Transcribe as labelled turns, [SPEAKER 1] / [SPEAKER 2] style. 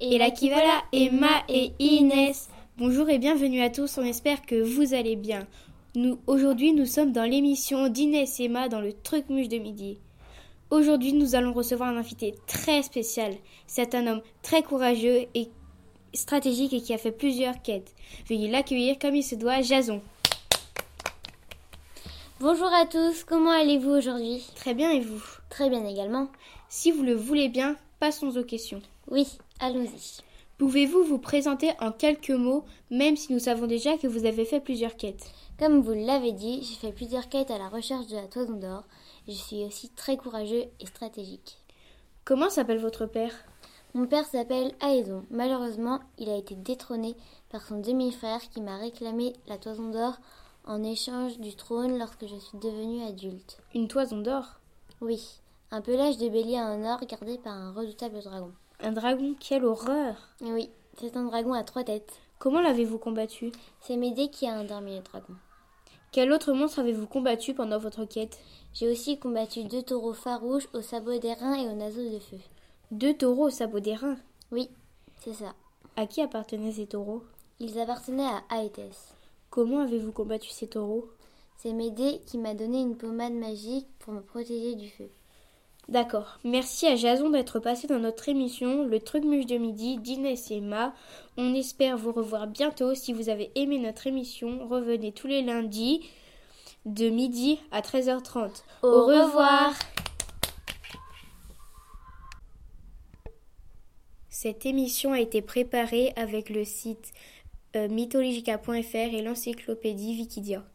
[SPEAKER 1] Et la qui voilà, Emma et Inès. Bonjour et bienvenue à tous, on espère que vous allez bien. Nous, aujourd'hui, nous sommes dans l'émission d'Inès et Emma dans le Truc Muche de Midi. Aujourd'hui, nous allons recevoir un invité très spécial. C'est un homme très courageux et stratégique et qui a fait plusieurs quêtes. Veuillez l'accueillir comme il se doit, Jason.
[SPEAKER 2] Bonjour à tous, comment allez-vous aujourd'hui
[SPEAKER 1] Très bien, et vous
[SPEAKER 2] Très bien également.
[SPEAKER 1] Si vous le voulez bien, passons aux questions.
[SPEAKER 2] Oui, allons-y.
[SPEAKER 1] Pouvez-vous vous présenter en quelques mots, même si nous savons déjà que vous avez fait plusieurs quêtes
[SPEAKER 2] Comme vous l'avez dit, j'ai fait plusieurs quêtes à la recherche de la toison d'or. Je suis aussi très courageux et stratégique.
[SPEAKER 1] Comment s'appelle votre père
[SPEAKER 2] Mon père s'appelle Aédon. Malheureusement, il a été détrôné par son demi-frère qui m'a réclamé la toison d'or en échange du trône lorsque je suis devenue adulte.
[SPEAKER 1] Une toison d'or
[SPEAKER 2] Oui, un pelage de bélier à un or gardé par un redoutable dragon.
[SPEAKER 1] Un dragon, quelle horreur
[SPEAKER 2] Et oui, c'est un dragon à trois têtes.
[SPEAKER 1] Comment l'avez-vous combattu
[SPEAKER 2] C'est Médée qui a endormi le dragon.
[SPEAKER 1] Quel autre monstre avez-vous combattu pendant votre quête
[SPEAKER 2] J'ai aussi combattu deux taureaux farouches au sabot d'airain et au naseau de feu.
[SPEAKER 1] Deux taureaux au sabot d'airain.
[SPEAKER 2] Oui, c'est ça.
[SPEAKER 1] À qui appartenaient ces taureaux
[SPEAKER 2] Ils appartenaient à E Aétès.
[SPEAKER 1] Comment avez-vous combattu ces taureaux
[SPEAKER 2] C'est Médée qui m'a donné une pommade magique pour me protéger du feu.
[SPEAKER 1] D'accord. Merci à Jason d'être passé dans notre émission Le Truc Muche de Midi d'Inès et Emma. On espère vous revoir bientôt. Si vous avez aimé notre émission, revenez tous les lundis de midi à 13h30.
[SPEAKER 2] Au revoir.
[SPEAKER 1] Cette émission a été préparée avec le site euh, mythologica.fr et l'encyclopédie Wikidia.